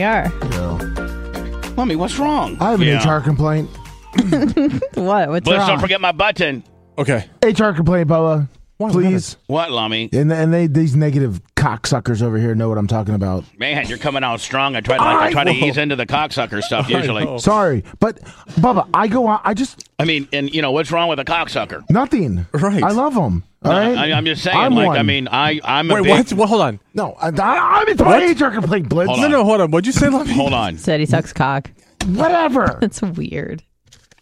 are. Lummy, what's wrong? I have an Yeah. HR complaint. What? What's Blitz, wrong? don't forget my button. Okay. HR complaint, Boa. Please. What, Lummy? And, and they these negative cocksuckers over here know what I'm talking about. Man, you're coming out strong. I try to, like, I I try to know. ease into the cocksucker stuff usually. know. I, Sorry, but Bubba, I go out. I just mean, and you know what's wrong with a cocksucker? nothing. Right. I love them. All right. I, I'm just saying. I'm like, I one. mean, I I'm a Wait, big. what? Well, hold on. no, I, I, I'm it's my HR complaint, Blitz. Hold No, on. no, hold on. What'd you say, Lummy? Hold on. Said he sucks cock. Whatever. That's weird.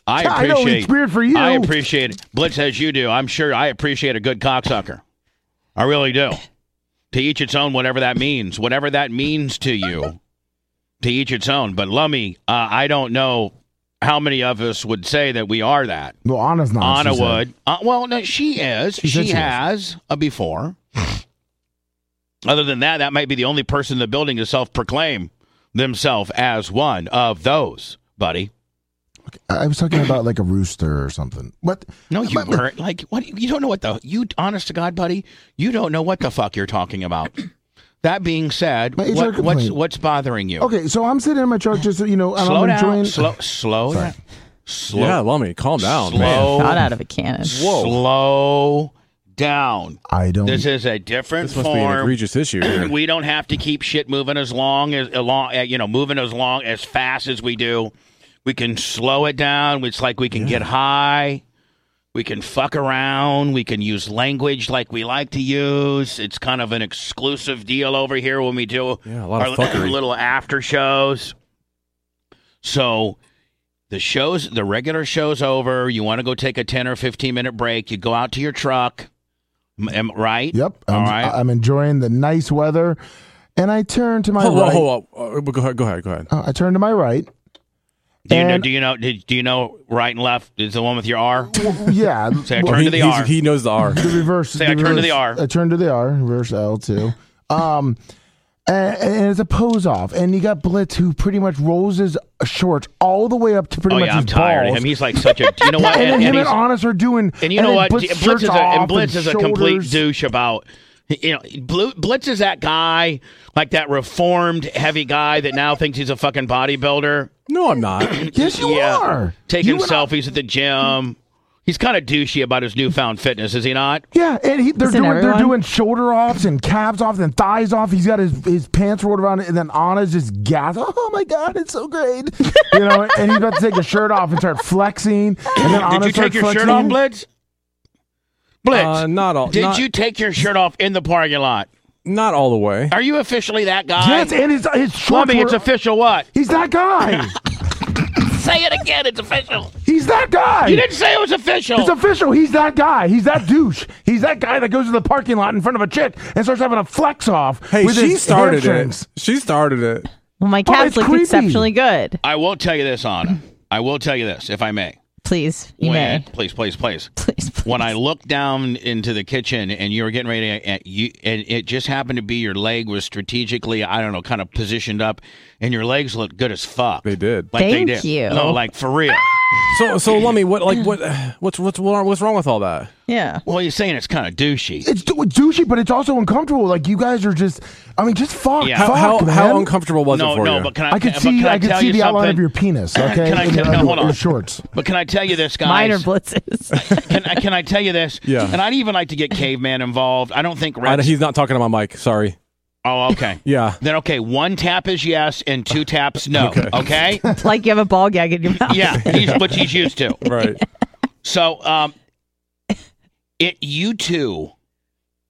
I Yeah, I appreciate. know, it's weird for you. I appreciate it. Blitz as you do. I'm sure I appreciate a good cocksucker. I really do. To each its own, whatever that means, whatever that means to you. To each its own. But Lummy, uh, I don't know how many of us would say that we are that. Well, Anna's not. Anna she said. would. Uh, well, no, she is. She, said she is. has a before. Other than that, that might be the only person in the building to self-proclaim themselves as one of those, buddy. I I was talking about like a rooster or something. What? No, you But- but- weren't. Like, what? You don't know what the you. Honest to God, buddy, you don't know what the fuck you're talking about. That being said, My HR what, what's complaint. what's bothering you? Okay, so I'm sitting in my truck, just you know, and slow I'm down. enjoying. Slow, slow Sorry. down. Slow, Yeah, Lummy, calm down, man. slow, Shot out of a cannon. slow down. I don't. This is a different This must be an form. egregious issue. here. we don't have to keep shit moving as long as along uh, you know moving as long as fast as we do. We can slow it down. It's like we can get high. We can fuck around. We can use language like we like to use. It's kind of an exclusive deal over here when we do Yeah, a lot of our fuckery. little after shows. So the shows, the regular show's over. You want to go take a 10 or 15 minute break. You go out to your truck, M- am- right? Yep. I'm, All right. I'm enjoying the nice weather, and I turn to my Hold on, right. hold on. Uh, Go ahead, go ahead, go ahead. Uh, I turn to my right. Do you know? And- Do you know? Did, do you know right and left is the one with your R? Yeah. Say I well, turn to the he's- R. He knows the R. the reverse. Say I turn to reverse- the R. I turn to the R. Reverse L too. Um, and, and it's a pose off, and you got Blitz who pretty much rolls his shorts all the way up to pretty oh much yeah, I'm his tired of balls. him. He's like such a. You know what? and, And, then and, him and, he's- Honest are doing. and you know then what? Blitz, Blitz, shirts is a off and Blitz is a complete shoulders. douche about. You know, Blu- Blitz is that guy, like that reformed heavy guy that now thinks he's a fucking bodybuilder. No, I'm not. Yes, you Yeah. are. taking You and I- selfies at the gym. He's kind of douchey about his newfound fitness, is he not? Yeah, and he, they're Isn't doing everyone? they're doing shoulder offs and calves off and thighs off. He's got his, his pants rolled around, and then Anna's just gasping. Oh my god, it's so great, you know. And he's about to take his shirt off and start flexing. And then Anna Did you take starts your flexing. shirt off, Blitz? Blitz, Uh, not all. did not, you take your shirt off in the parking lot? Not all the way. Are you officially that guy? Yes, and his his shorts. Lummy, were- it's official what? he's that guy. Say it again, it's official. he's that guy. You didn't say it was official. it's official. He's that guy. He's that douche. He's that guy that goes to the parking lot in front of a chick and starts having a flex off. Hey, with she his started hamstrings. it. She started it. Well, my Oh, cat's it's look creepy. exceptionally good. I will tell you this, Anna. I will tell you this, if I may. Please, you When- may. Please, please, please. Please, please. When I looked down into the kitchen and you were getting ready, to, and, you, and it just happened to be your leg was strategically, I don't know, kind of positioned up, and your legs looked good as fuck. They did. Like Thank they did. you. No, like for real. So, so Lummy, what, like, what, what's, what's, wrong- what's wrong with all that? yeah. well, you're saying it's kind of douchey. It's dou- douchey, but it's also uncomfortable. Like you guys are just. I mean, just fuck. Yeah. How, fuck, how, man. how uncomfortable was No, it for no, you? but can I? I could but see. Can I, I could tell see you the outline something? of your penis. Okay. Can I And tell- your- no, hold your on. shorts. But can I tell you this, guys? Minor blitzes. can, I, can I tell you this? Yeah. And I'd even like to get Caveman involved. I don't think I, Rex. he's not talking about Mike. Sorry. oh, okay. Yeah. Then okay, one tap is yes and two taps no. Okay. like you have a ball gag in your mouth. yeah, he's what he's used to. Right. So, um, it you two,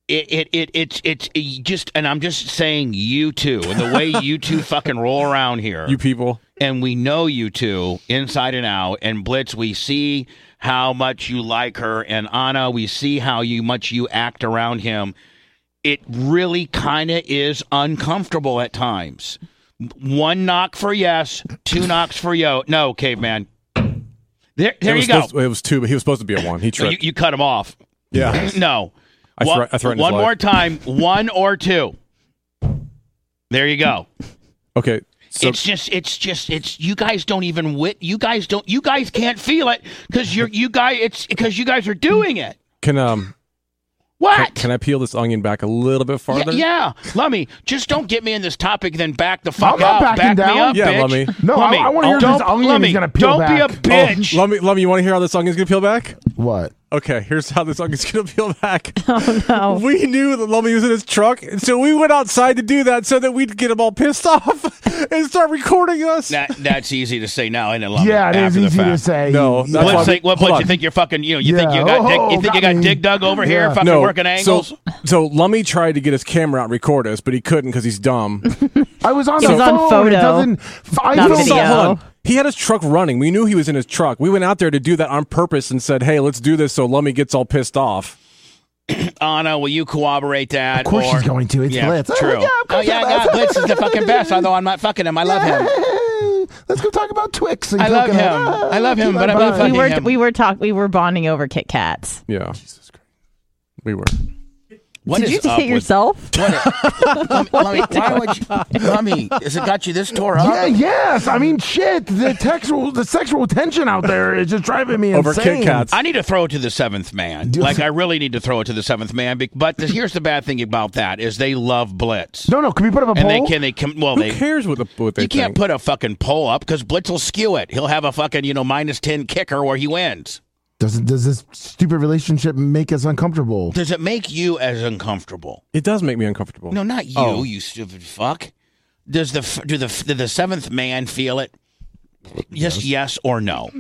it it it it's it's it just, and I'm just saying you two and the way you two fucking roll around here. you people. and we know you two inside and out. And Blitz, we see how much you like her, and Anna, we see how you much you act around him. It really kind of is uncomfortable at times. One knock for yes, two knocks for yo. No, caveman. There, It there was you go. supposed- it was two, but he was supposed to be a one. He No, you, tripped. you cut him off. yeah. No. I one thre- I threatened his one life. more time. One or two. There you go Okay. So, it's just, it's just, it's. You guys don't even wit. You guys don't. You guys can't feel it because you're. You guys. It's because you guys are doing it. can um, What? Can I peel this onion back a little bit Y- farther? yeah, Lummy, just don't get me in this topic. Then back the fuck I'm not up. backing back me down. up, Yeah, bitch. Lummi. No, I- Lummi, I wanna hear don't- this onion he's Lummi, gonna peel Don't be a back. Oh, bitch. Lummy, Lummy, you want to hear how this onion's gonna peel back? What? Okay, here's how this onion's gonna peel back. Oh no. We knew that Lummy was in his truck, and so we went outside to do that so that we'd get him all pissed off and start recording us. That, that's easy to say now, and it, Lummi? yeah, it is after the easy to fact. say. No, Yeah. that's What, why say, we- what, hold what you on. think you're fucking? You know, you think Yeah. you got Oh, dick, you think you got got me. Dig Dug over here Yeah. fucking working angles? So, so Lummy tried to get his camera out and record us, but he couldn't because he's dumb. I was on He the was on phone. It photo, doesn't. I not don't- So, video. hold on. He had his truck running. We knew he was in his truck. We went out there to do that on purpose and said, "Hey, let's do this." So Lummy gets all pissed off. Anna, will Oh, you corroborate that? Of course or, she's going to. It's yeah, Blitz. Oh, True. yeah, of course I love God, Blitz is the fucking best. Although I'm not fucking him, I love him. Let's go talk about Twix. And I love coconut. him. Ah, I love him, keep but on I'm not buying. We fucking- were him. we were talk we were bonding over Kit Kats. Yeah, Jesus Christ, we were. What Did is you just up hit with- yourself? Lummy, Lummy, why would you, Lummy, has it got you this tore up? Yeah, yes. I mean, shit. The sexual, the sexual tension out there is just driving me Over insane. Kit Kats. I need to throw it to the seventh man. Like I really need to throw it to the seventh man. be- But the, here's the bad thing about that is they love blitz, No, no. Can we put up a and they poll? can they can well Who they cares what the what they you can't think? put a fucking poll up because blitz will skew it. He'll have a fucking you know minus ten kicker where he wins. Does it, does this stupid relationship make us uncomfortable? Does it make you as uncomfortable? It does make me uncomfortable. No, not you, Oh. you stupid fuck. Does the f- do the f- do the seventh man feel it? Yes, yes or no.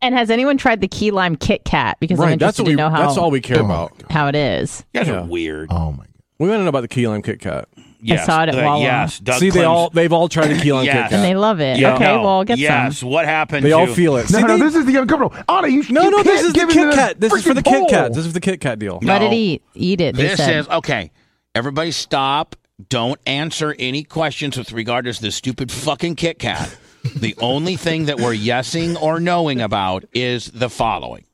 And has anyone tried the key lime Kit Kat? Because I'm right? That's interested what we. to know how That's all we care about. how it is. You guys Yeah. are weird. Oh my god. We want to know about the key lime Kit Kat. Yes, saw it at uh, Wawa. yes. Doug See, they Clem's- all they've all tried the key lime Yes. Kit And Kat. they love it. Yeah, okay, no. well I'll get yes. some. What happened? They all to- feel it. No, See, no, they- this is the uncomfortable. Anna, you no, you no, can't this is the give in to Kit that Kat. This is for the freaking Kit poll. Kat. This is for the Kit Kat deal. Let No. it eat. Eat it. They This said. is okay. Everybody, stop! Don't answer any questions with regard to this stupid fucking Kit Kat. the only thing that we're yesing or knowing about is the following.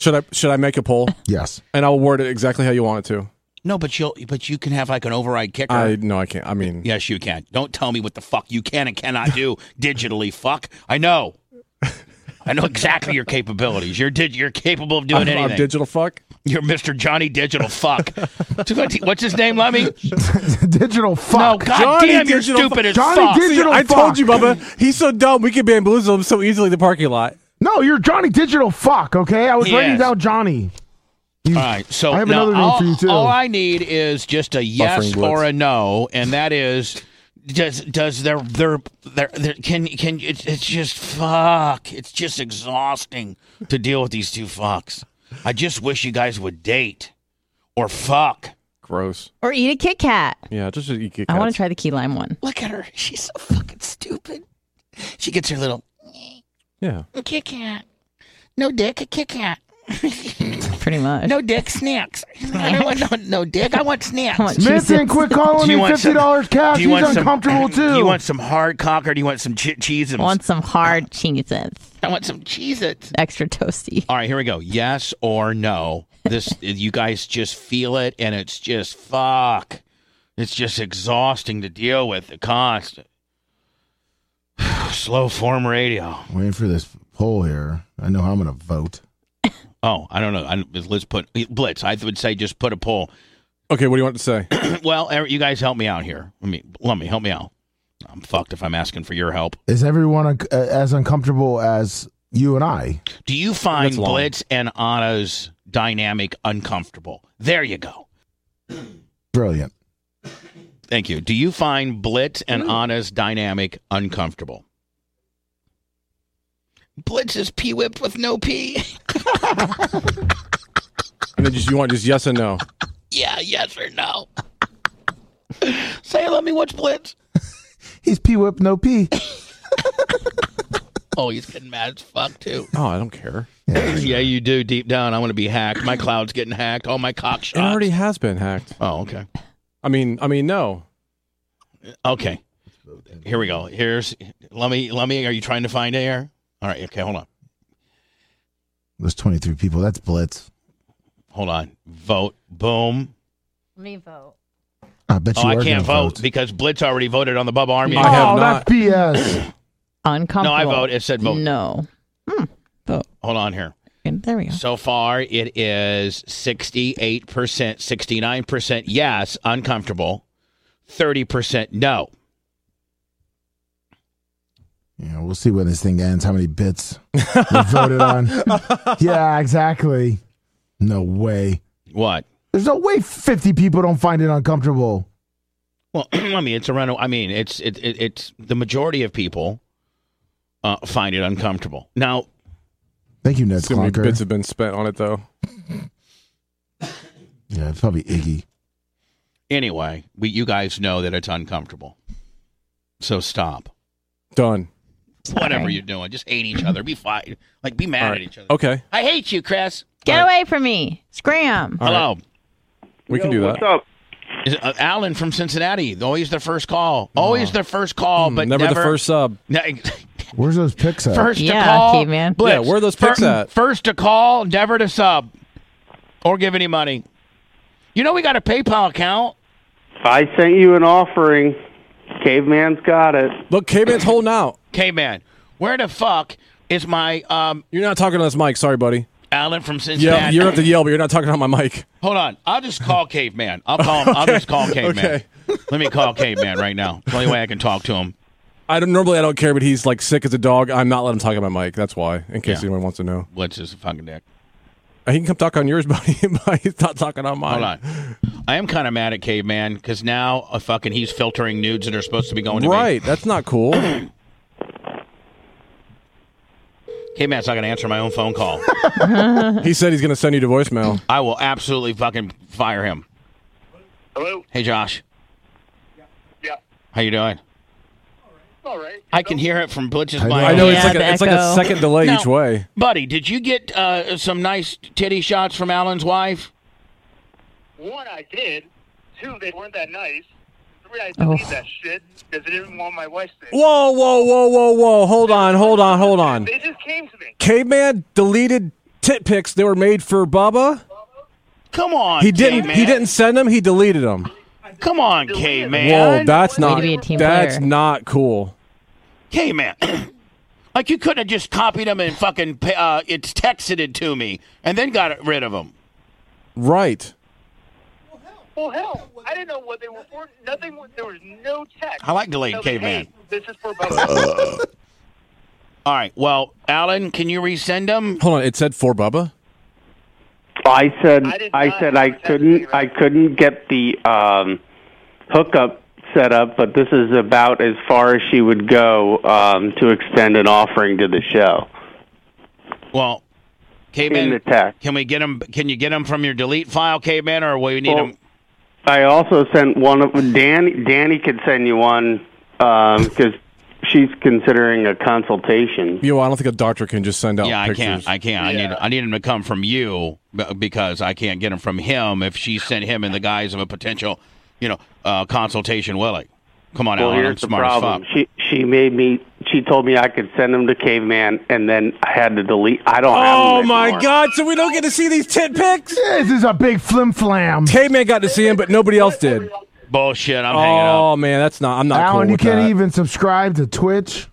Should I should I make a poll? Yes. And I'll word it exactly how you want it to. No, but you'll but you can have like an override kicker. I no, I can't. I mean, yes, you can. Don't tell me what the fuck you can and cannot do digitally. Fuck, I know. I know exactly your capabilities. You're dig- you're capable of doing I'm, I'm anything. digital fuck. you're Mr. Johnny Digital Fuck. What's his name, Lemmy? Digital No, fuck. God Johnny damn, you're Digital stupid as Johnny fuck. Dig- Digital I told fuck. you, Bubba. He's so dumb. We can bamboozle him so easily in the parking lot. No, you're Johnny Digital fuck. Okay, I was He writing is. down Johnny. all right, so I have now another name all, for you, too. all I need is just a yes Buffering or Blitz. a no, and that is does does their their their, their can can it's, it's just fuck. It's just exhausting to deal with these two fucks. I just wish you guys would date or fuck. Gross. or eat a Kit Kat. Yeah, just eat Kit I want to Kats. try the key lime one. Look at her. She's so fucking stupid. She gets her little Yeah. Kit Kat. No dick, a Kit Kat. Pretty much. No dick, snacks. I don't want no, no dick. I want snacks. I want Manson, Jesus. quit Do calling you me want fifty some- dollars cash. do you He's want some- Ah, uncomfortable too. Do you want some hard cock or do you want some ch- cheese? I want some hard cheeses. I want some cheese. It. Extra toasty. All right, here we go. Yes or no? This you guys just feel it, and it's just fuck. It's just exhausting to deal with the constant. Slow form radio. Waiting for this poll here. I know how I'm gonna vote. Oh, I don't know. I, let's put blitz. I would say just put a poll. Okay, what do you want to say? well, er, you guys help me out here. Let me let me help me out. I'm fucked if I'm asking for your help. Is everyone unc- uh, as uncomfortable as you and I? Do you find That's long. Blitz and Anna's dynamic uncomfortable? There you go. Brilliant. Thank you. Do you find Blitz and Mm. Anna's dynamic uncomfortable? Blitz is pee whipped with no pee. And then just you want just yes and no. yeah, yes or no. Say, let me watch Blitz. He's P whip, no P. Oh, he's getting mad as fuck too. Oh, I don't care. yeah, you do deep down. I want to be hacked. My cloud's getting hacked. All my cock It shots. already has been hacked. oh, okay. I mean, I mean, no. Okay. Here we go. Here's let me let me are you trying to find air? All right, okay, hold on. There's 23 people. That's blitz. Hold on. Vote. Boom. Let me vote. I bet you. Oh, I are can't gonna vote, because Blitz already voted on the Bubba Army. I have oh, not. that's BS. Uncomfortable. no, I vote. It said vote. No. Hold on here. And There we go. So far, it is 68%, 69% yes, uncomfortable, 30% no. Yeah, we'll see when this thing ends. How many bits we voted on? yeah, exactly. No way. What? There's no way 50 people don't find it uncomfortable. Well, I mean, it's a run. I mean, it's it, it it's the majority of people uh, find it uncomfortable. Now, Thank you, Ned Too many bits Clonker. have been spent on it, though. yeah, it's probably Iggy. anyway, we you guys know that it's uncomfortable, so stop Done. whatever you're doing. Just hate each other. Be fine. Like be mad All at right. each other. Okay. I hate you, Chris. Get away from me. Scram. All right. Hello, We can do that. What's up? Is it, uh, Alan from Cincinnati. Always the first call. Always the first call, but Hmm, never, the first sub. Where's those pics at? First Yeah, to call. Caveman. Blitz. Yeah, where are those Fir- picks at? First to call, never to sub or give any money. You know, we got a PayPal account. I sent you an offering. Caveman's got it. Look, K-Man's holding out. Caveman, where the fuck is my um, You're not talking on this mic. Sorry, buddy. Alan from Yeah, Cincinnati? you're at the yell, but you're not talking on my mic. Hold on. I'll just call Caveman. I'll call him. I'll just call Caveman. Okay. Let me call Caveman right now. It's the only way I can talk to him. I don't normally I don't care, but he's like sick as a dog. I'm not letting him talk on my mic. That's why, in case Yeah. anyone wants to know. Blitz is a fucking dick. He can come talk on yours, buddy, but he's not talking on mine. Hold on. I am kind of mad at Caveman because now a fucking he's filtering nudes that are supposed to be going to me. Right, that's not cool. Caveman's not going to answer my own phone call. he said he's going to send you to voicemail. I will absolutely fucking fire him. Hello. Hey, Josh. Yeah. How you doing? All right. I can hear it from Blitz's I mic. know. I know it's Yeah, like a, the it's like a echo. second delay Now- each way. Buddy, did you get uh, some nice titty shots from Alan's wife? One, I did. Two, they weren't that nice. Three, I Oh. deleted that shit because I didn't want my wife to. Whoa, whoa, whoa, whoa, whoa! Hold on, hold on, hold on. They just came to me. Caveman deleted tit pics that were made for Bubba. Come on. He didn't. Caveman. He didn't send them. He deleted them. Come on, Whoa, Caveman. that's Way to not. be a team That's player. not cool. Caveman. like you couldn't have just copied him and fucking pa- uh, it's texted it to me and then got rid of him. Right. Well, hell, I didn't know what they were for. Nothing. was- There was no text. I like delayed Nothing, caveman. Hey, this is for both. All right. Well, Alan, can you resend him? Hold on. It said for Bubba. I said I did I, not said I have that couldn't figure I out. couldn't get the um, hookup set up, but this is about as far as she would go um, to extend an offering to the show. Well, In caveman. the text, Can we get him? Can you get him from your delete file, caveman, or will we need Well- him? I also sent one of Danny. Danny could send you one because she's considering a consultation. Yo, I don't think a doctor can just send out. Yeah, I pictures. can't. I can't. I need. I need him to come from you b- because I can't get him from him if she sent him in the guise of a potential, you know, uh, consultation. Willie, come on, Well, Alan. I'm here's the smart problem. as fuck. She she made me. She told me I could send them to Caveman, and then I had to delete. I don't. have Oh 'em my anymore. God! So we don't get to see these tit pics. This is a big flim flam. Caveman got to see him, but nobody else did. Bullshit. I'm hanging up. Oh man, that's not. I'm not cool Alan, you with can't that. even subscribe to Twitch.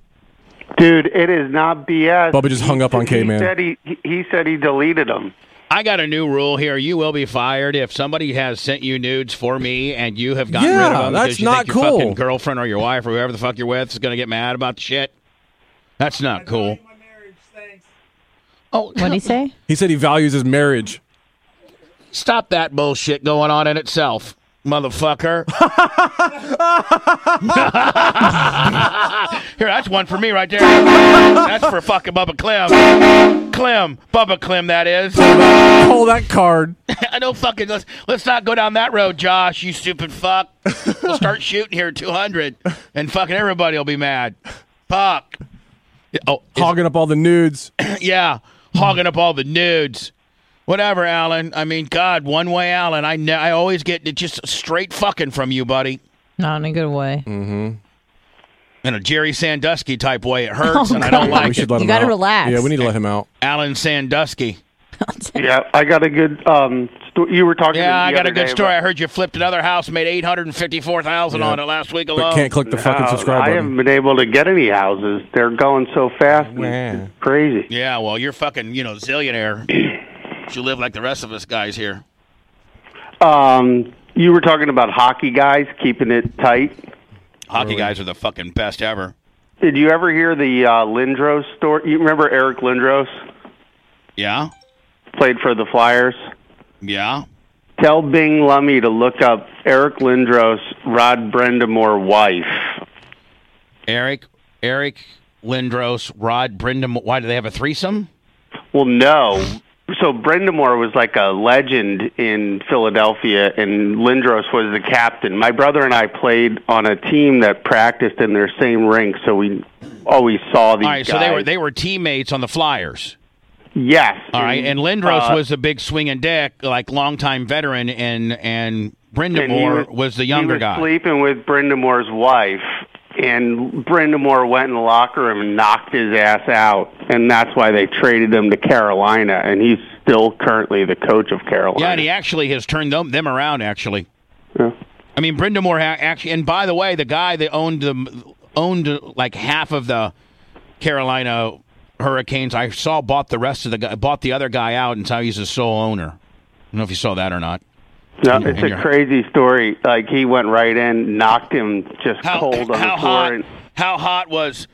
Dude, it is not BS. Bubba just hung up on he Caveman. Said he, he- he said he deleted them. I got a new rule here. You will be fired if somebody has sent you nudes for me and you have gotten rid of Yeah, them that's because you not think your cool. fucking girlfriend or your wife or whoever the fuck you're with is going to get mad about the shit. That's not cool. Oh, What'd he say? He said he values his marriage. Stop that bullshit going on in itself, motherfucker. Here, that's one for me right there. That's for fucking Bubba Clem. Clem, Bubba Clem, that is. Pull that card. I know fucking. Let's let's not go down that road, Josh. You stupid fuck. We'll start shooting here at 200, and fucking everybody will be mad. Fuck. Oh, is- Hogging up all the nudes. yeah, hogging up all the nudes. Whatever, Alan. I mean, God, one way, Alan. I ne- I always get it just straight fucking from you, buddy. Not in a good way. Mm. In a Jerry Sandusky type way, it hurts, and I don't Oh, we like should it. let You him gotta out. relax. Yeah, we need to let him out. Alan Sandusky. Yeah, I got a good um, sto- you were talking. Yeah, I to me the got a other good day story. about- I heard you flipped another house, made eight hundred and fifty-four thousand on it last week But alone. can't click the fucking Uh, subscribe I button. haven't been able to get any houses. They're going so fast. and It's crazy. Yeah, well, you're fucking, you know, zillionaire. you live like the rest of us guys here. Um, you were talking about hockey guys keeping it tight. Hockey guys are the fucking best ever. Did you ever hear the uh, Lindros story? You remember Eric Lindros Yeah, played for the Flyers? yeah. Tell Bing Lummy to look up Eric Lindros, Rod Brendamore wife. Eric, Eric Lindros, Rod Brindam. Why do they have a threesome? Well, no. So Brendamore was like a legend in Philadelphia, and Lindros was the captain. My brother and I played on a team that practiced in their same rink, so we always saw these All right, guys. so they were they were teammates on the Flyers. yes. All right, and Lindros uh, was the big swinging dick, like longtime veteran, and and and he Brindamore was, the younger he was guy. Sleeping with Brendamore's wife, and Brendamore went in the locker room and knocked his ass out, and that's why they traded him to Carolina, and he's still currently the coach of Carolina. Yeah, and he actually has turned them them around. Actually, Yeah. I mean Brindamore ha- actually. And by the way, the guy that owned them owned uh, like half of the Carolina Hurricanes. I saw bought the rest of the guy bought the other guy out, and so he's the sole owner. I don't know if you saw that or not. No, it's And you're- a crazy story. Like he went right in, knocked him just How cold on how the floor, hot and how hot was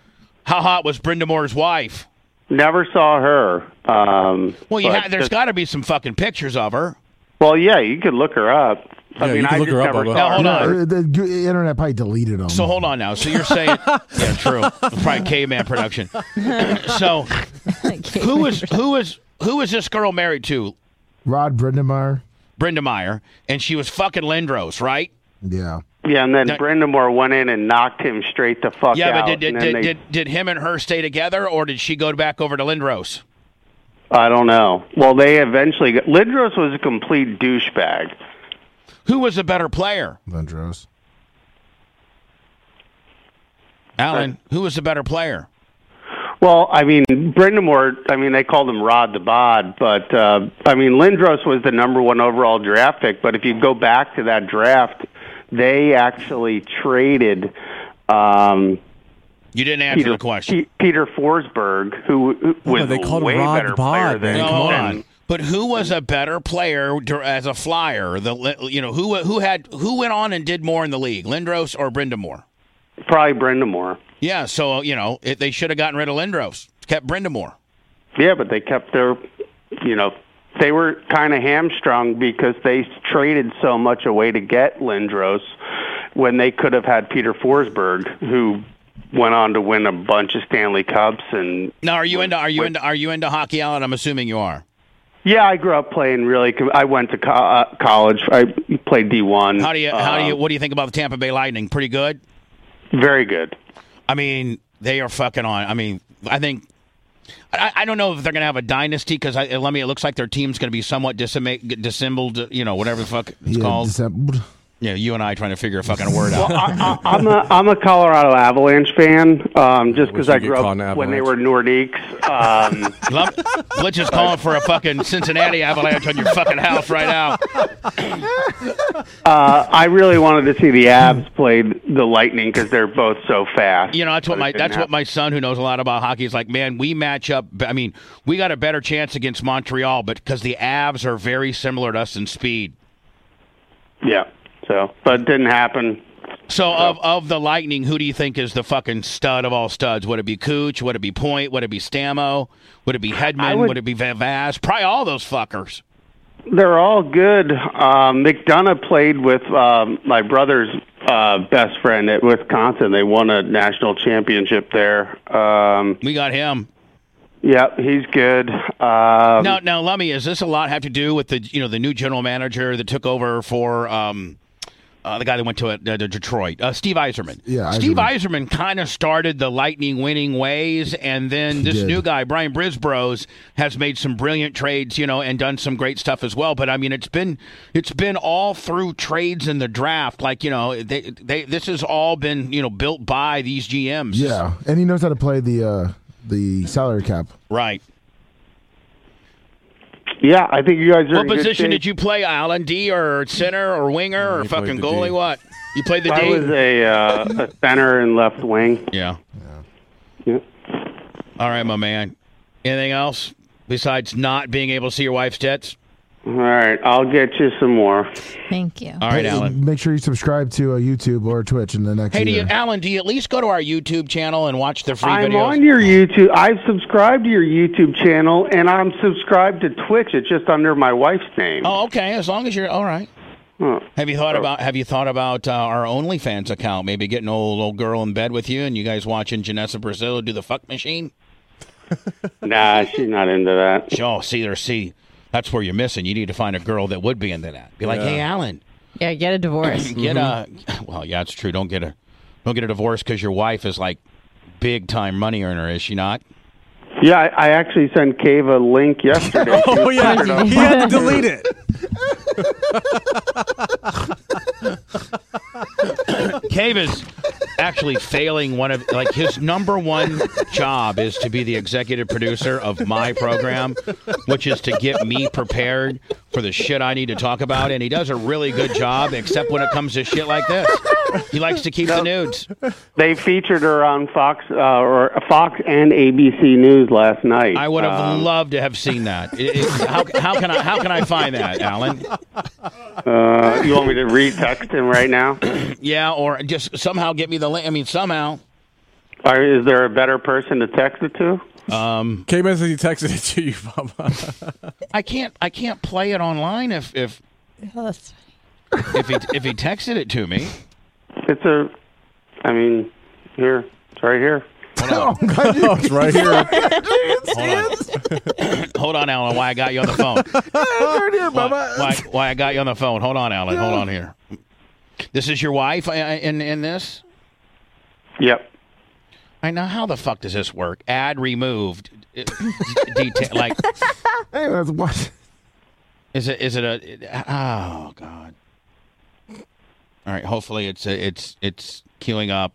how hot was Brindamore's wife? never saw her. Um, Well, you but ha- there's just- got to be some fucking pictures of her. well, yeah, you could look her up. I Yeah, mean, you could I look just her up, never Bubba. saw Now, hold No, on. uh, the g- internet probably deleted them. So hold on now. So you're saying, yeah, true. Probably caveman production. so who is who is who is this girl married to? Rod Brindamore. Brenda Meyer, and she was fucking Lindros, right? Yeah. Yeah, and then No. Brendamore went in and knocked him straight the fuck Yeah, out. but did did, and then did, they- did did him and her stay together, or did she go back over to Lindros? I don't know. Well, they eventually. Got, Lindros was a complete douchebag. Who was the better player, Lindros. Alan? Uh, Who was the better player? Well, I mean, Brendamore, I mean, they called him Rod the Bod, but, uh, I mean, Lindros was the number one overall draft pick, but if you go back to that draft, they actually traded um, You didn't answer Peter, the question. Pe- Peter Forsberg, who, who was Oh, they called him way Rod better the Bod, player man. than No, hold Come on. But who was a better player dur- as a flyer? The li- you know who who had who went on and did more in the league, Lindros or Brindamore? probably Brendamore. Yeah, so you know it, they should have gotten rid of Lindros, kept Brindamore. Yeah, but they kept their, you know, they were kind of hamstrung because they traded so much away to get Lindros when they could have had Peter Forsberg, who went on to win a bunch of Stanley Cups. And Now, are you into are you wait. into are you into hockey, Alan? I'm assuming you are. yeah, I grew up playing really. co- I went to co- uh, college. I played D one. How do you how do Uh, you what do you think about the Tampa Bay Lightning? Pretty good. Very good. I mean, they are fucking on. I mean, I think. I, I don't know if they're going to have a dynasty because I, let me. It looks like their team's going to be somewhat disima- dissembled, you know, whatever the fuck it's Yeah, called. December. yeah, you and I trying to figure a fucking word out. I, I, I'm a I'm a Colorado Avalanche fan. Um, just because you I could grew call up an when they avalanche. were Nordiques. Um, Lum- Blitz is calling for a fucking Cincinnati avalanche on your fucking house right now. Uh, I really wanted to see the Abs play the Lightning because they're both so fast. You know, that's what But it my didn't that's what my son who knows a lot about hockey is like. Man, we match up. I mean, we got a better chance against Montreal, but because the Avs are very similar to us in speed. happen. yeah. So, but it didn't happen. So of of the Lightning, who do you think is the fucking stud of all studs? Would it be Cooch? Would it be Point? Would it be Stamo? Would it be Hedman? Would, would- it be Vavas? Probably all those fuckers. They're all good. Um, McDonough played with um, my brother's uh, best friend at Wisconsin. They won a national championship there. Um, We got him. yeah, he's good. Um, Now, now, Lummy, is this a lot have to do with the you know the new general manager that took over for um, uh, the guy that went to, uh, to Detroit, uh, Steve Eiserman? Yeah, Steve Eiserman kind of started the Lightning winning ways, and then this did. new guy, Brian Brisbros, has made some brilliant trades, you know, and done some great stuff as well. But I mean, it's been it's been all through trades in the draft, like you know, they they this has all been you know built by these GMs, Yeah, and he knows how to play the uh, the salary cap. right. Yeah, I think you guys are. What position did you play, Alan? D or center or winger or he played fucking the D. goalie? What? You played the I was D? a, uh, a center and left wing. Yeah. Yeah. All right, my man. Anything else besides not being able to see your wife's tits? All right, I'll get you some more. Thank you. All right, Alan. Make sure you subscribe to uh, YouTube or Twitch in the next Hey, do you, year. Alan, do you at least go to our YouTube channel and watch the free I'm videos? on your YouTube. I've subscribed to your YouTube channel, and I'm subscribed to Twitch. It's just under my wife's name. Oh, okay. As long as you're all right. Huh. Oh. Have you thought about Have you thought about uh, our OnlyFans account? Maybe getting old old girl in bed with you, and you guys watching Janessa Brazil do the fuck machine. Nah, she's not into that. Oh, see there, see. That's where you're missing. You need to find a girl that would be into that. Be like, hey, Alan, Yeah, get a divorce. get a. Well, yeah, it's true. Don't get a. Don't get a divorce because your wife is like big time money earner, is she not? Yeah, I, I actually sent Cave a link yesterday. Oh yeah, he had to delete it. Cave is actually failing one of like his number one job is to be the executive producer of my program, which is to get me prepared for the shit I need to talk about, and he does a really good job, except when it comes to shit like this. He likes to keep the nudes. They featured her on Fox uh, or Fox and ABC News last night. I would have Um, loved to have seen that. It- it- how, how can I how can I find that, Alan? uh, you want me to retext him right now? Yeah, or just somehow get me the link. I mean, somehow. Or is there a better person to text it to? Came in he texted it to you, Bubba. I can't I can't play it online if if Oh, that's- if he if he texted it to me. It's a, I mean, here, it's right here. Oh, It's right here. Hold on, Alan. Why I got you on the phone? why, why, why I got you on the phone? Hold on, Alan. Hold on here. This is your wife I- I- in in this. Yep. I know how the fuck does this work? Ad removed. It- deta- like Hey, that's what. is it is it a oh god. All right. Hopefully it's it's it's queuing up.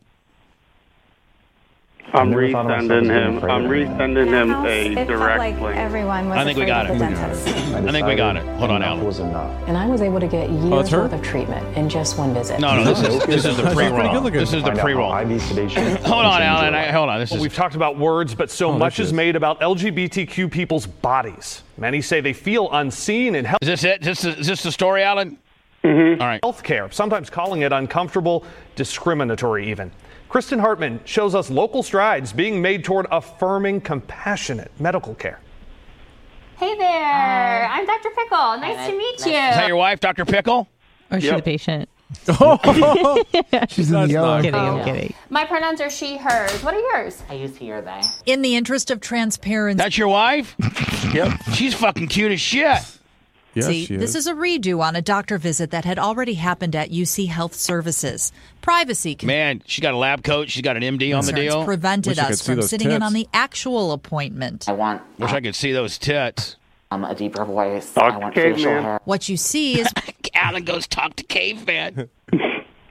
I'm never thought of myself as being resending him. afraid I'm of anyone. resending him house, it a felt direct like link. Everyone was I think we afraid got of it. the dentist. I think we got it. Hold on, Alan. was enough. And I was able to get years Oh, her? worth of treatment in just one visit. No, no. This is this is the That's pre pretty good roll. looking. This is the Find out pre how roll. IV sedation. Hold on, Alan. I, hold on. Oh, This is We've talked about words, but so much is. is made about LGBTQ people's bodies. Many say they feel unseen in is this it? Is this is this the story, Alan? health care, sometimes calling it uncomfortable, discriminatory even. Kristen Hartman shows us local strides being made toward affirming compassionate medical care. Hey there, I'm Dr. Pickle. Nice to meet Is that you. your wife, Doctor Pickle? Or she the patient? She's in the yellow. Kidding, Oh. I'm kidding. My pronouns are she, hers. What are yours? In the interest of transparency, That's your wife? yep. She's fucking cute as shit. Yes, she this is. is a redo on a doctor visit that had already happened at UC Health Services. Privacy concerns Man, she got a lab coat. She's got an MD on the deal. prevented Wish I could us see from those sitting in tits. on the actual appointment. Wish I could see those tits. Dr. Caveman. What you see is Alan goes talk to caveman.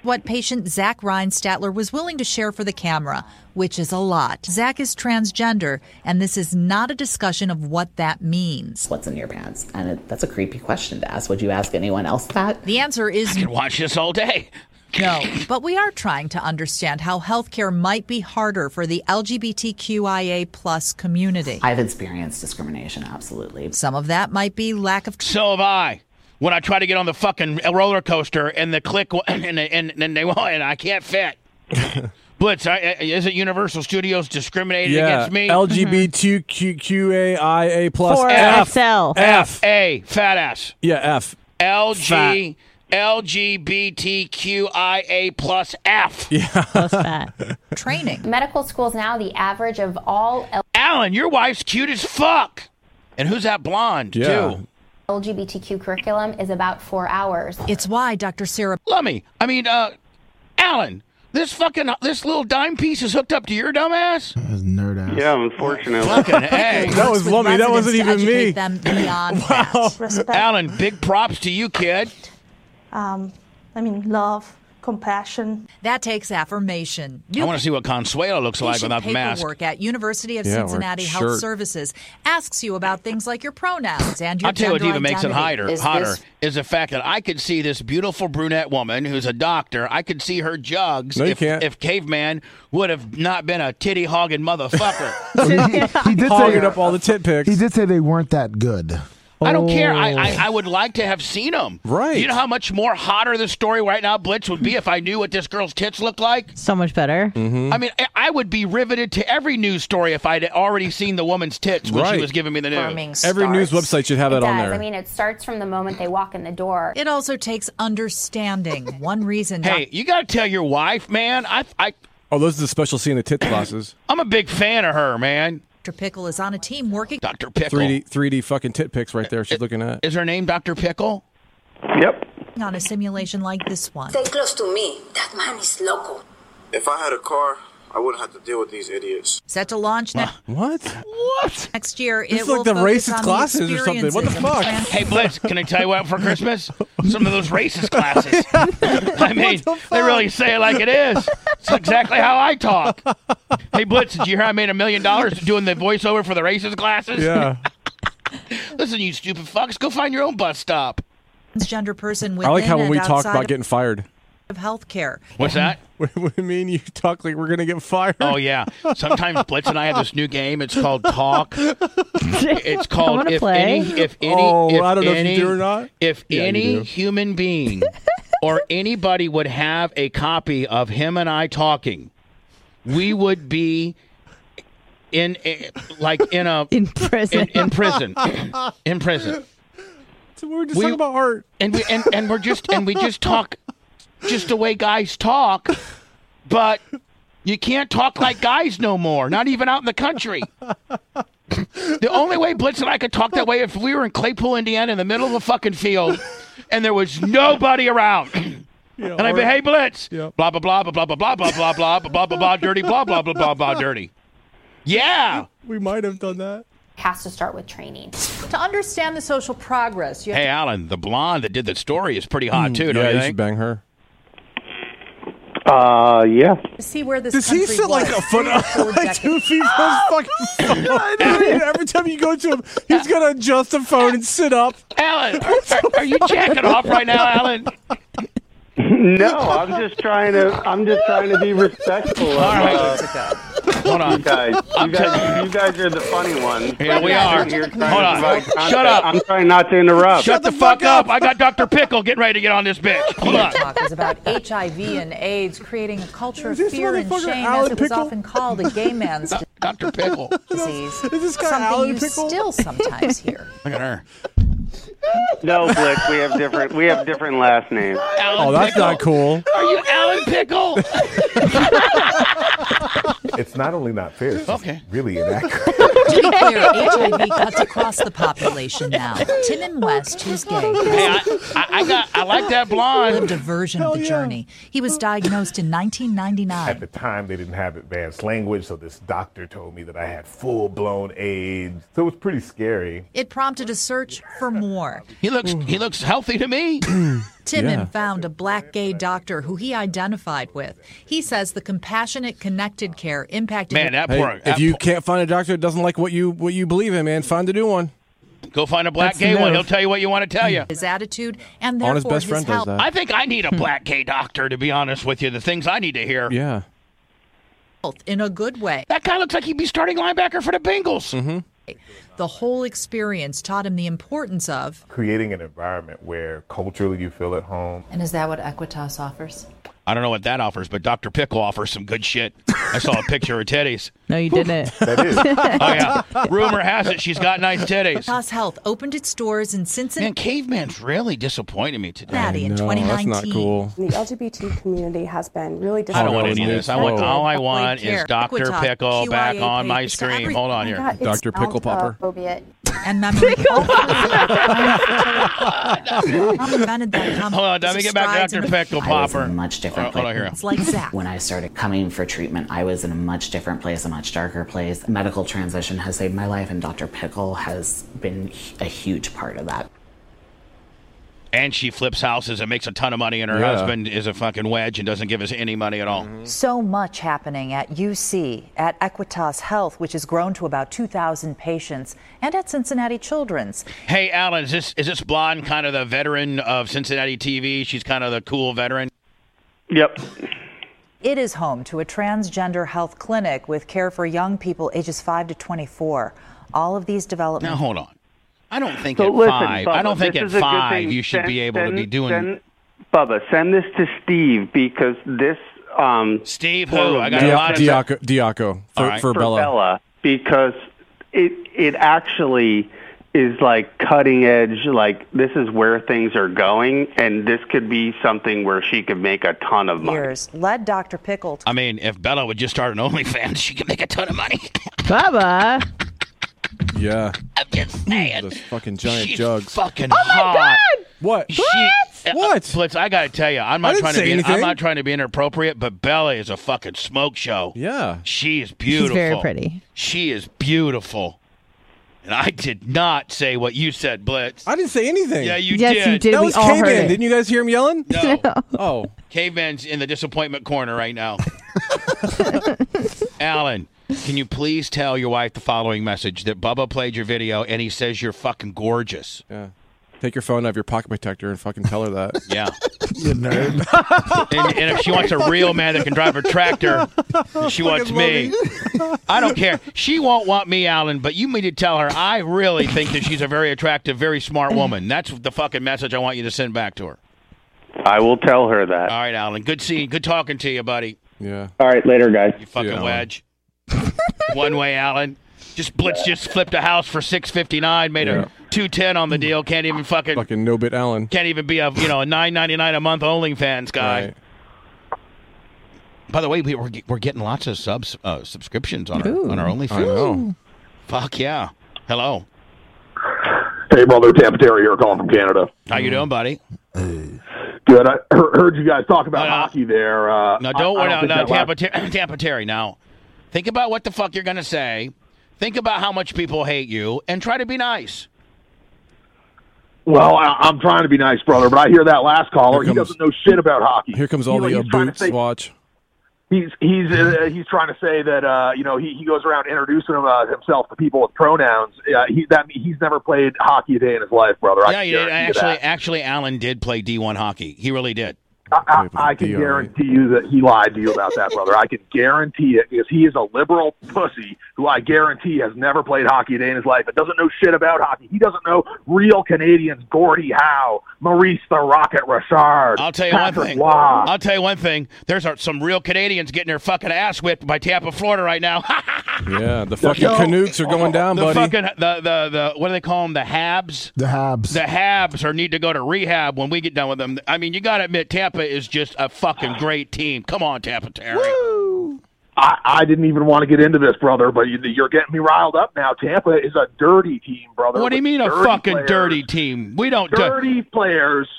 what patient Zach Ryan Statler was willing to share for the camera, which is a lot. Zach is transgender, and this is not a discussion of what that means. what's in your pants? And it, that's a creepy question to ask. Would you ask anyone else that? The answer is Watch this all day. No, but we are trying to understand how healthcare might be harder for the LGBTQIA plus community. I've experienced discrimination, absolutely. Some of that might be lack of So have I. When I try to get on the fucking roller coaster and the click w- and and, and they won't and I can't fit. Blitz, I, I- isn't Universal Studios discriminating yeah, against me? LGBTQIA plus Four F. XL. F. A fat ass. Yeah, F. LG LGBTQIA plus F. Plus fat. training. Medical schools now, the average of all Alan, your wife's cute as fuck. And who's that blonde Yeah. too? LGBTQ curriculum is about four hours. It's why Dr. Sarah Lummy, I mean, uh, Alan, this fucking this little dime piece is hooked up to your dumbass. That's nerd ass. Yeah, unfortunately. Fucking hey, That works was with Lummi. That residents wasn't to even educate me. Them beyond that. Alan, big props to you, kid. Um, I mean, love, compassion. That takes affirmation. I want to see what Consuelo looks like patient without the mask. paperwork at University of Yeah, or Cincinnati Health shirt. Services asks you about things like your pronouns and your I'll tell you what gender even makes it identity. hotter, hotter is the fact that I could see this beautiful brunette woman who's a doctor. I could see her jugs No, you if, can't. if caveman would have not been a titty hogging motherfucker. He did say Hogging up all the tit pics. He did say they weren't that good. I don't care. I, Oh. I, I would like to have seen him. Right. You know how much more hotter this story right now, Blitz, would be if I knew what this girl's tits looked like? So much better. Mm. Mm-hmm. I mean, I- I would be riveted to every news story if I'd already seen the woman's tits when Right. she was giving me the news. Every news website should have that It on does. there. I mean, it starts from the moment they walk in the door. It also takes understanding. One reason. Hey, you got to tell your wife, man. I, I, oh, those are the special scene the tit classes. I'm a big fan of her, man. Dr. Pickle is on a team working. Dr. Pickle. 3D 3D fucking tit pics right there. She's looking at. Is her name Dr. Pickle? Yep. on a simulation like this one. Stay close to me. That man is loco. If I had a car, I wouldn't have to deal with these idiots. Set to launch next. What? What? Next year, This it is like will the focus racist on the classes or something. What the experiences of fuck? trans- Hey, Blitz, can I tell you what for Christmas? Some of those racist classes. I mean, they really say it like it is. It's exactly how I talk. Hey, Blitz, did you hear I made a million dollars doing the voiceover for the racist classes? Yeah. Listen, you stupid fucks, go find your own bus stop. transgender person I within like how when and we talk outside about getting fired. of healthcare. What's that? What do you mean you talk like we're gonna get fired? Oh yeah. Sometimes Blitz and I have this new game. It's called Talk. It's called wanna if play. any if any Oh, if I don't know if you any, do or not. If Yeah, you any do. human being or anybody would have a copy of him and I talking, we would be in a, like in a in prison in, prison in prison. So we were just We- talking about art. And we and, and we're just and we just talk just the way guys talk, but you can't talk like guys no more. Not even out in the country. The only way Blitz and I could talk that way if we were in Claypool, Indiana, in the middle of a fucking field, and there was nobody around. and I'd be, or- hey Blitz, blah blah blah blah blah blah blah blah blah blah blah blah blah blah dirty blah blah blah blah blah dirty. Yeah. We might have done that. Has to start with training. To understand the social progress, you have Hey Alan, the blonde that did the story is pretty hot too. Don't yeah, you you think? should bang her. Uh, yeah. to see where this Does he country sit like was a foot three or four like two feet from his fucking phone? Every time you go to him, he's gonna adjust the phone and sit up. Alan, are, are you jacking off right now, Alan? No, I'm just trying to. I'm just trying to be respectful. Of, uh, Hold on. you guys. You guys, you guys are the funny ones. Yeah, we are. You're Hold trying to on. provide Shut content. up. I'm trying not to interrupt. Shut the fuck up. I got Dr. Pickle getting ready to get on this bitch. Hold on. talk was about HIV and AIDS, creating a culture of Is this fear and motherfucker shame, as Alan it was Pickle? often called a gay man's Dr. Pickle. disease. Is this guy something Alan you Pickle? still sometimes hear. Look at her. No, Blick. We have different. We have different last names. Alan Oh, that's Pickle. not cool. Are you Alan Pickle? It's not only not fair, it's just Okay. really inaccurate. To be clear, HIV cuts across the population now. Tim and West, who's gay, Hey, I, I, I got. I like that blonde. lived a version of the journey. He was diagnosed in 1999. At the time, they didn't have advanced language, so this doctor told me that I had full blown AIDS. So it was pretty scary. It prompted a search for more. He looks. He looks healthy to me. Timon Yeah. found a black gay doctor who he identified with. He says the compassionate connected care impacted Man, that Hey, poor. if that you poor- can't find a doctor that doesn't like what you what you believe in, man, find a new one. go find a black That's the gay one, nerve. he'll tell you what you want to tell you. his attitude and Aren't therefore his best friend does health. that. I think I need a black gay doctor to be honest with you. The things I need to hear. Yeah. in a good way. That guy looks like he'd be starting linebacker for the Bengals. The whole experience taught him the importance of. Creating an environment where culturally you feel at home. And is that what Equitas offers? I don't know what that offers, but Dr. Pickle offers some good shit. I saw a picture of titties. No, you didn't. That is. Oh yeah. Rumor has it she's got nice titties. Equitas Health opened its doors in Cincinnati. Man, caveman's really disappointed me today. Cincinnati in 2019. The LGBT community has been really I don't Oh, disappointed. want any of this. I want all I want Equitable is care. Dr. Equitas, Pickle back QIA on my papers. screen. Every- Hold on Oh my here. God, it's Dr. Pickle not, uh, Popper. Opiate. and memory. Prevented that com- Hold on, let me get back to Dr. Pickle I was Popper. in a much different Hold on, hold on here. place. It's like Zach. When I started coming for treatment, I was in a much different place, a much darker place. Medical transition has saved my life, and Dr. Pickle has been a huge part of that. And she flips houses and makes a ton of money, and her Yeah. husband is a fucking wedge and doesn't give us any money at all. So much happening at UC, at Equitas Health, which has grown to about 2,000 patients, and at Cincinnati Children's. Hey, Alan, is this is this blonde kind of the veteran of Cincinnati TV? She's kind of the cool veteran. Yep. It is home to a transgender health clinic with care for young people ages 5 to 24. All of these developments. Now hold on. I don't think So at listen, five. I don't Bubba, think this at is a good five thing. you should Send- be able to send- be doing. send- Bubba, send this to Steve because this. Um, Steve, Diaco, Diaco, Diaco for, for Bella. because it it actually is like cutting edge. Like this is where things are going, and this could be something where she could make a ton of money. Years led Dr. Pickle I mean, if Bella would just start an OnlyFans, she could make a ton of money. Bubba. Yeah. I'm just saying. Those fucking giant She's jugs. fucking Oh my hot. God! What? She, what? Blitz, I gotta tell you, I'm not I didn't trying to say be. anything. I'm not trying to be inappropriate, but Bella is a fucking smoke show. Yeah, she is beautiful. very pretty. She is beautiful. And I did not say what you said, Blitz. I didn't say anything. Yeah, you Yes, did. you did. That We was all heard caveman. it. Didn't you guys hear him yelling? No. oh, caveman's in the disappointment corner right now. Alan, can you please tell your wife the following message that Bubba played your video and he says you're fucking gorgeous. Yeah. Take your phone out of your pocket protector and fucking tell her that. Yeah. you nerd. and, and if she wants a real man that can drive a tractor, she wants me. I don't care. She won't want me, Alan, but you need to tell her I really think that she's a very attractive, very smart woman. That's the fucking message I want you to send back to her. I will tell her that. All right, Alan. Good seeing good talking to you, buddy. Yeah. All right, later, guys. You fucking wedge. One way, Alan. Just blitz just flipped a house for six fifty nine, made Yeah. a two ten on the deal, can't even fucking fucking no bit Allen. can't even be a you know a nine ninety nine a month OnlyFans guy. By the way, we, we're ge- we're getting lots of subs uh, subscriptions on our, on our OnlyFans. I know. Fuck yeah! Hello, Hey, brother, Tampa Terry here, calling from Canada. how Mm. you doing, buddy? Good. I he- heard you guys talk about hockey there. Uh, Now don't I- I worry, think now, that last- Tampa, Ter- Tampa Terry. Now, think about what the fuck you're gonna say. Think about how much people hate you, and try to be nice. Well, I, I'm trying to be nice, brother, but I hear that last caller. he doesn't know shit about hockey. Here comes all the uh, You know, he's trying to boots. say- Watch. He's he's uh, he's trying to say that uh, you know he, he goes around introducing him, uh, himself to people with pronouns. Uh, he that he's never played hockey a day in his life, brother. I yeah, can you did. guarantee you Actually, that. actually, Alan did play D1 hockey. He really did. I, I, I can guarantee you that he lied to you about that, brother. I can guarantee it because he is a liberal pussy who I guarantee has never played hockey a day in his life and doesn't know shit about hockey. He doesn't know real Canadians Gordie Howe, Maurice the Rocket Richard. I'll tell you Patrick one thing. Waugh. I'll tell you one thing. There's uh, some real Canadians getting their fucking ass whipped by Tampa, Florida right now. Yeah, the fucking Yo. Canucks are going down, Oh, the buddy. fucking the, the the what do they call them? The Habs. The Habs. The Habs are need to go to rehab when we get done with them. I mean, you got to admit Tampa is just a fucking great team. Come on, Tampa Terry. I, I didn't even want to get into this, brother, but you, you're getting me riled up now. Tampa is a dirty team, brother. What do you with mean a dirty fucking players. dirty team? We don't. dirty players.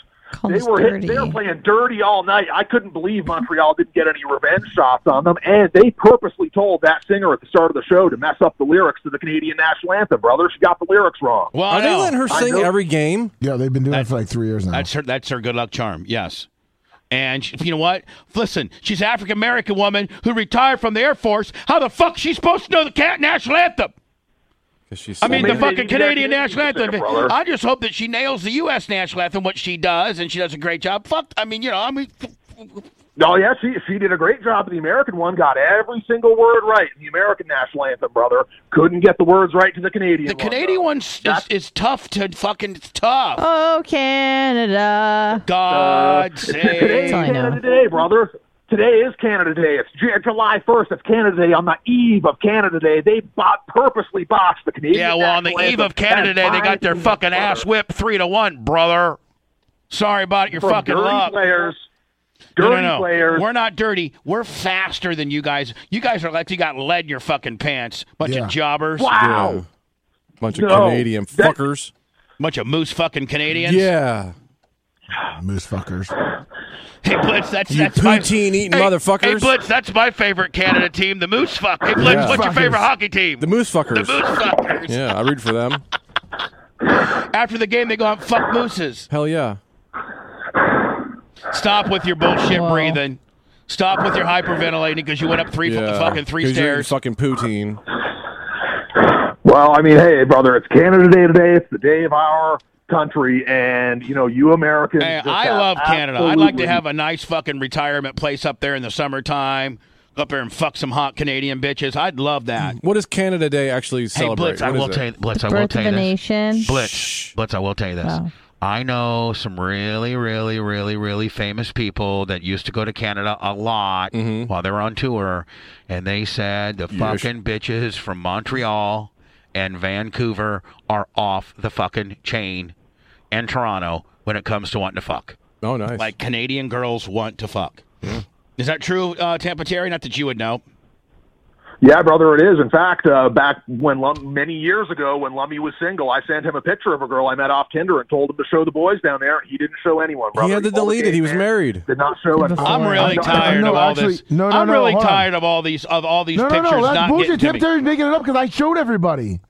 They were hit, they were playing dirty all night. I couldn't believe Montreal didn't get any revenge shots on them, and they purposely told that singer at the start of the show to mess up the lyrics to the Canadian national anthem. Brother, she got the lyrics wrong. Well, I Are they know. letting her I sing know. every game? Yeah, they've been doing it for like three years now. That's her. That's her good luck charm. Yes. And she, you know what? Listen, she's an African American woman who retired from the Air Force. How the fuck she's supposed to know the cat national anthem? 'Cause she's I mean, so- the fucking Canadian national anthem. brother. I just hope that she nails the U.S. national anthem, which she does, and she does a great job. Fuck, I mean, you know, I mean, Oh yeah, she she did a great job. The American one got every single word right in the American national anthem. Brother couldn't get the words right to the Canadian. the one. Canadian one's is, is tough to fucking it's tough. Oh, Canada. God Today save. is Canada Day, brother. Today is Canada Day. It's Ju- July 1st. It's Canada Day. On the eve of Canada Day, they bo- purposely botched the Canadian. Yeah, well, on the national eve anthem. of Canada Day, That's they got their fine, fucking brother. ass whipped three to one, brother. Sorry about your From fucking dirty luck. players. No, Dirty no, no. players. We're not dirty. We're faster than you guys. You guys are like you got lead in your fucking pants. Bunch Yeah. of jobbers. Yeah. Bunch of No, Canadian that- fuckers. Bunch of moose fucking Canadians. Yeah. Moose fuckers. Hey Blitz, that's You that's my poutine eating Hey- motherfuckers. Hey Blitz, that's my favorite Canada team, the Moose Fuck. Hey Blitz, Yeah. what's your favorite Fuckers. hockey team? The moose fuckers. The Moose Fuckers. Yeah, I read for them. After the game, they go out and fuck mooses. Hell yeah. Stop with your bullshit breathing. Stop with your hyperventilating because you went up three fu- fucking three 'cause you're stairs. fucking poutine. Well, I mean, hey, brother, it's Canada Day today. It's the day of our country, and you know, you Americans. Hey, just I have love Canada. I'd like to absolutely- have a nice fucking retirement place up there in the summertime. Go Up there and fuck some hot Canadian bitches. I'd love that. What does Canada Day actually Mm. Hey, celebrate? Blitz, I What is will it? tell you, Blitz, The I will birth tell of you a this. nation. Blitz, Blitz, I will tell you this. Wow. I know some really, really, really, really famous people that used to go to Canada a lot Mm-hmm. while they were on tour, and they said the fucking bitches from Montreal and Vancouver are off the fucking chain, and Toronto when it comes to wanting to fuck. Oh, nice. Like Canadian girls want to fuck. Is that true, uh, Tampa Terry? Not that you would know. Yeah, brother, it is. In fact, uh, back when Lum- many years ago, when Lummy was single, I sent him a picture of a girl I met off Tinder and told him to show the boys down there, and he didn't show anyone. Brother. He had to called delete a it. gay He was man, married. Did not show anyone. I'm really tired Oh, no, of all actually- this. no, no, I'm no, really hold on. tired of all these of all these No, no, pictures no, that's not bullshit. getting Tim to me. Terry's making it up because I showed everybody.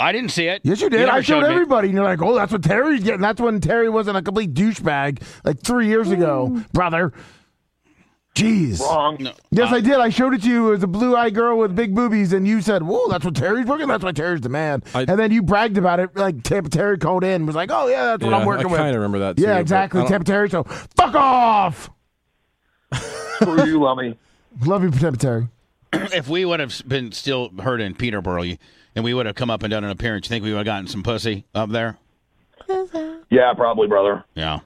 I didn't see it. Yes, you did. never I showed me. everybody, and you're like, "Oh, that's what Terry's getting." That's when Terry wasn't a complete douchebag like three years Hmm. ago, brother. Jeez. Wrong. Uh, Yes, I did. I showed it to you. It was a blue-eyed girl with big boobies, and you said, "Whoa, that's what Terry's working. That's why Terry's the man." and then you bragged about it. Like Tampa Terry called in, and was like, "Oh yeah, that's what Yeah, I'm working I with." kinda remember that, too, Yeah, but I exactly. don't- Tampa Terry. So fuck off. Screw you, Lummy. Love you, Tampa Terry. if we would have been still heard in Peterborough, you- and we would have come up and done an appearance, you think we would have gotten some pussy up there? Yeah, probably, brother. Yeah.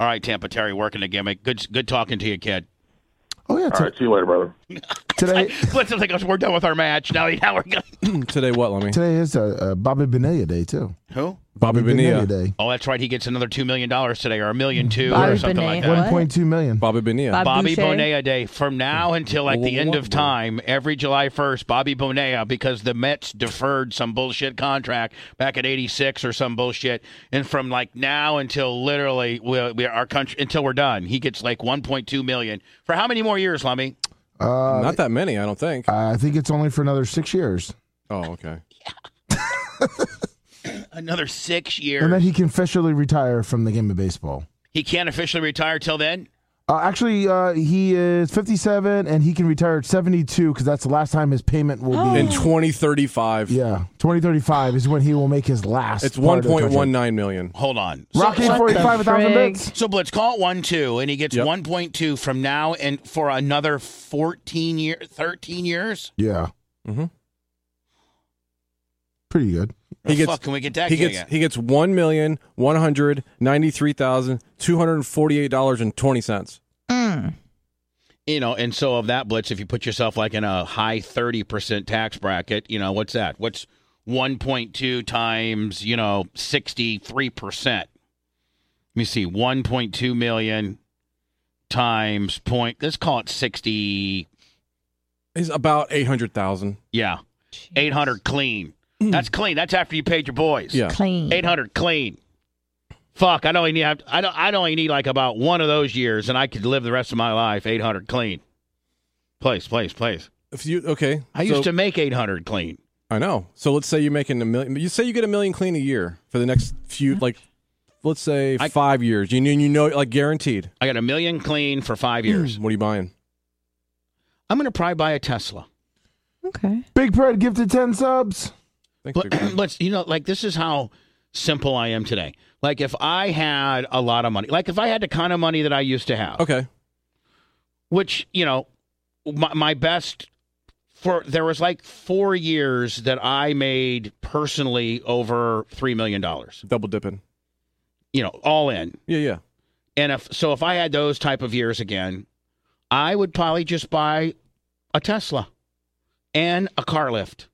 All right, Tampa Terry, working the gimmick. Good, good talking to you, kid. Oh yeah. All right. See you later, brother. Today, Let's just think we're done with our match now. Now we're going. Mm, Today what, Lummy? today is uh, uh, Bobby Bonilla Day too. Who? Bobby Bonilla. Day. Oh, that's right. He gets another two million dollars today, or a million two, Bobby or something like that. One point two million. Bobby Bonilla. Bobby Bonilla Day from now until like the end of time, every July 1st, Bobby Bonilla, because the Mets deferred some bullshit contract back at 86 or some bullshit. And from like now until literally we, we, our country, until we're done, he gets like 1.2 million for how many more years, Lummy? Uh, Not that many, I don't think. I think it's only for another six years. Oh, okay. Another six years. And then he can officially retire from the game of baseball. he can't officially retire till then. Uh, actually, uh, he is 57 and he can retire at 72 because that's the last time his payment will be. In 2035. Yeah, 2035 is when he will make his last. It's part of the contract. 1.19 million. Hold on. Rocky What 45, the 1,000 frig? bits? So Blitz, call it 1 2, and he gets 1.2 from now and for another 14 years, 13 years. Yeah. Mm-hmm. Pretty good. He gets, fuck can we get that he guy gets again? he gets one million one hundred ninety three thousand two hundred forty eight dollars and twenty cents. You know, and so of that blitz, if you put yourself like in a high thirty percent tax bracket, you know what's that? What's one point two times you know sixty three percent? Let me see, one point two million times point. Let's call it sixty. He's about eight hundred thousand. Yeah, eight hundred clean. That's clean. That's after you paid your boys. Yeah. Clean. Eight hundred clean. Fuck, I only need I don't I only need like about one of those years, and I could live the rest of my life eight hundred clean. Place, place, place. If you okay, I used to make 800 clean. I know. So let's say you're making a million. You say you get a million clean a year for the next few, like let's say five years. You knew you know like guaranteed. I got a million clean for Hmm. five years. what are you buying? I'm gonna probably buy a Tesla. Okay. Big Pred gifted 10 subs. But let's you know, like this is how simple I am today. Like if I had a lot of money, like if I had the kind of money that I used to have, Okay. which you know, my, my best for there was like four years that I made personally over three million dollars. Double dipping. You know, all in. Yeah, yeah. And if so, if I had those type of years again, I would probably just buy a Tesla and a car lift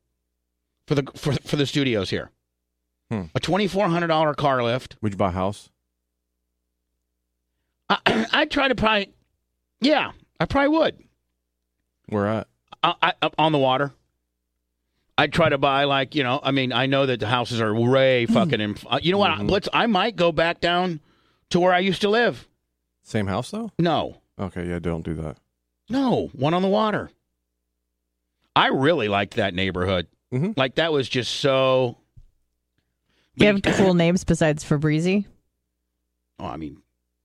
for the for for the studios here. Hmm. A twenty four hundred dollar car lift. Would you buy a house? I, I'd try to probably, yeah, I probably would. Where at? I, I, up on the water. I'd try to buy like you know. I mean, I know that the houses are way fucking. In, uh, you know what? Let's. I might go back down to where I used to live. Same house though. No. Okay. Yeah. Don't do that. No, one on the water. I really liked that neighborhood. Mm-hmm. Like that was just so. You have cool names besides Fabrizi. Oh, I mean,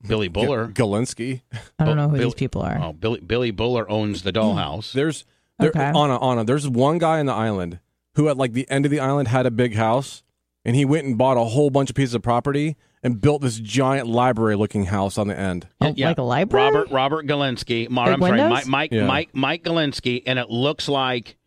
Billy Buller, Galinsky. I don't know who these people are. Oh, Billy Billy Buller owns the dollhouse. There's there, Okay. Anna Anna. There's one guy on the island who at like the end of the island had a big house, and he went and bought a whole bunch of pieces of property and built this giant library-looking house on the end. oh, like a library? Robert Robert Galinsky. Mar, Big I'm sorry, windows? Mike Mike, Yeah. Mike Mike Galinsky, and it looks like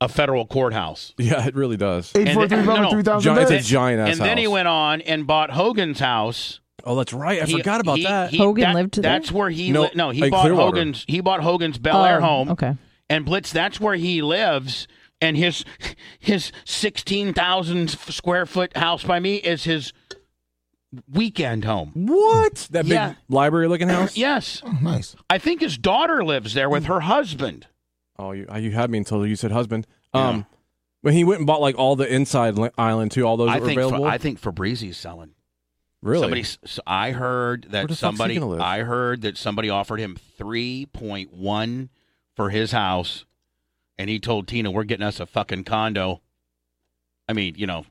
a federal courthouse. Yeah, it really does. And then- no, no. Giant- It's a giant ass And then he went on and bought Hogan's house. Oh, that's right. I He- forgot about he- that. he- that- That's where he No, no, no he in bought Clearwater. Hogan's he bought Hogan's Bel Air Oh, home. okay. And Blitz, that's where he lives. And his his sixteen thousand square foot house by me is his weekend home. What? That big Yeah. library-looking house. Yes, Oh, nice. I think his daughter lives there with her husband. Oh, you, you had me until you said husband. Um, when he went and bought like all the inside li- island too, all those I that were think available. I think Fabrizi's selling. really. Somebody, s- s- I heard Where that the fuck's he somebody. gonna live? I heard that somebody offered him three point one for his house, and he told Tina, "We're getting us a fucking condo." I mean, you know,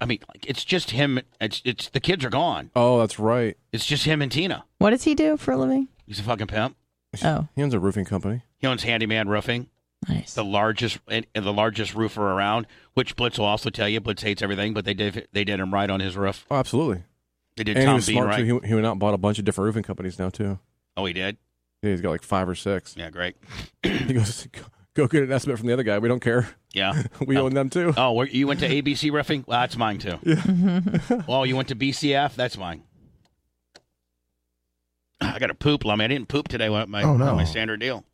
I mean, like, it's just him. It's it's the kids are gone. oh, that's right. It's just him and Tina. What does he do for a living? He's a fucking pimp. Oh, He owns a roofing company. He owns Handyman Roofing. Nice. The largest and, and the largest roofer around, which Blitz will also tell you. Blitz hates everything, but they did they did him right on his roof. Oh, absolutely. They did and he Tom was Bean smart right. too. He, he went out and bought a bunch of different roofing companies now too. oh, he did. Yeah, he's got like five or six. Yeah, great. He goes, go get an estimate from the other guy. We don't care. Yeah. we own them too. Oh, where, you went to ABC Riffing? Well, that's mine too. oh, you went to BCF? That's mine. I got to poop. I mean, I didn't poop today. What my Oh, no. my standard deal?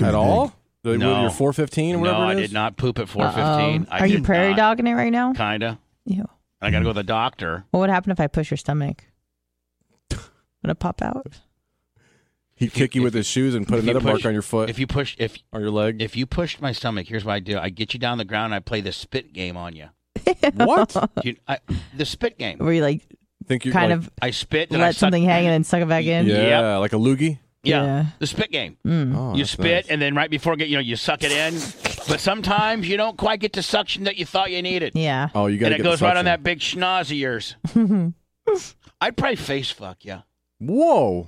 At all? The, with No. Your four fifteen or whatever. no, it I is? did not poop at four fifteen. Uh-oh. Are you prairie dogging it right now? Kinda. Ew. I got to go to the doctor. What would happen if I push your stomach? Would it pop out? He'd kick you with his shoes and put if you another mark push- on your foot. If you push, if or your leg, if you pushed my stomach, here's what I do: I get you down the ground. And I play the spit game on you. What? You- I- the spit game. Where you like Think you kind like- of I spit. then I let suck- something hang and then suck it back in? Yeah, like a loogie. Yeah. Yeah. The spit game. Mm. Oh, Hmm. you that's spit and then right before get you know you suck it in, but sometimes you don't quite get the suction that you thought you needed. Yeah. Oh, you got and to it get goes the right on suction. that big schnoz of yours. I'd probably face fuck yeah. Whoa!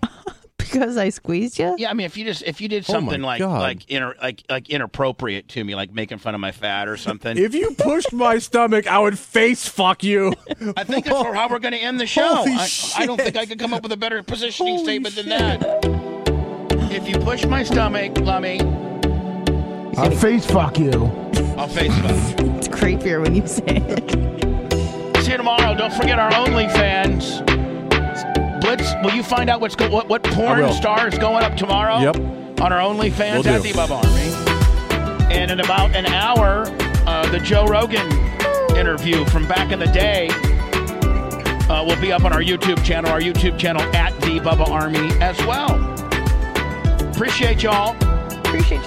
Because I squeezed you? Yeah, I mean if you just if you did Oh my something like God. like inter, like like inappropriate to me, like making fun of my fat or something. If you pushed my stomach, I would face fuck you. I think that's how we're going to end the show. Holy I, I don't think I could come up with a better positioning statement than that. If you push my stomach, Lummy, I'll face fuck you. I'll face fuck. It's creepier when you say it. See you tomorrow. Don't forget our OnlyFans. Blitz, will you find out what's go- what what I porn will. star is going up tomorrow? Yep. On our OnlyFans Will do. at the Bub Army. And in about an hour, uh, the Joe Rogan interview from back in the day uh, will be up on our YouTube channel. Our YouTube channel at the Bubba Army as well. Appreciate y'all. Appreciate